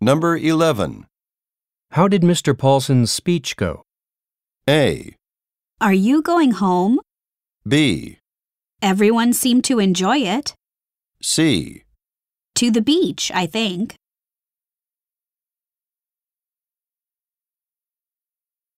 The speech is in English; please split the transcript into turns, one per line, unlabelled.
Number 11.
How did Mr. Paulson's speech go?
A.
Are you going home?
B.
Everyone seemed to enjoy it.
C.
To the beach, I think.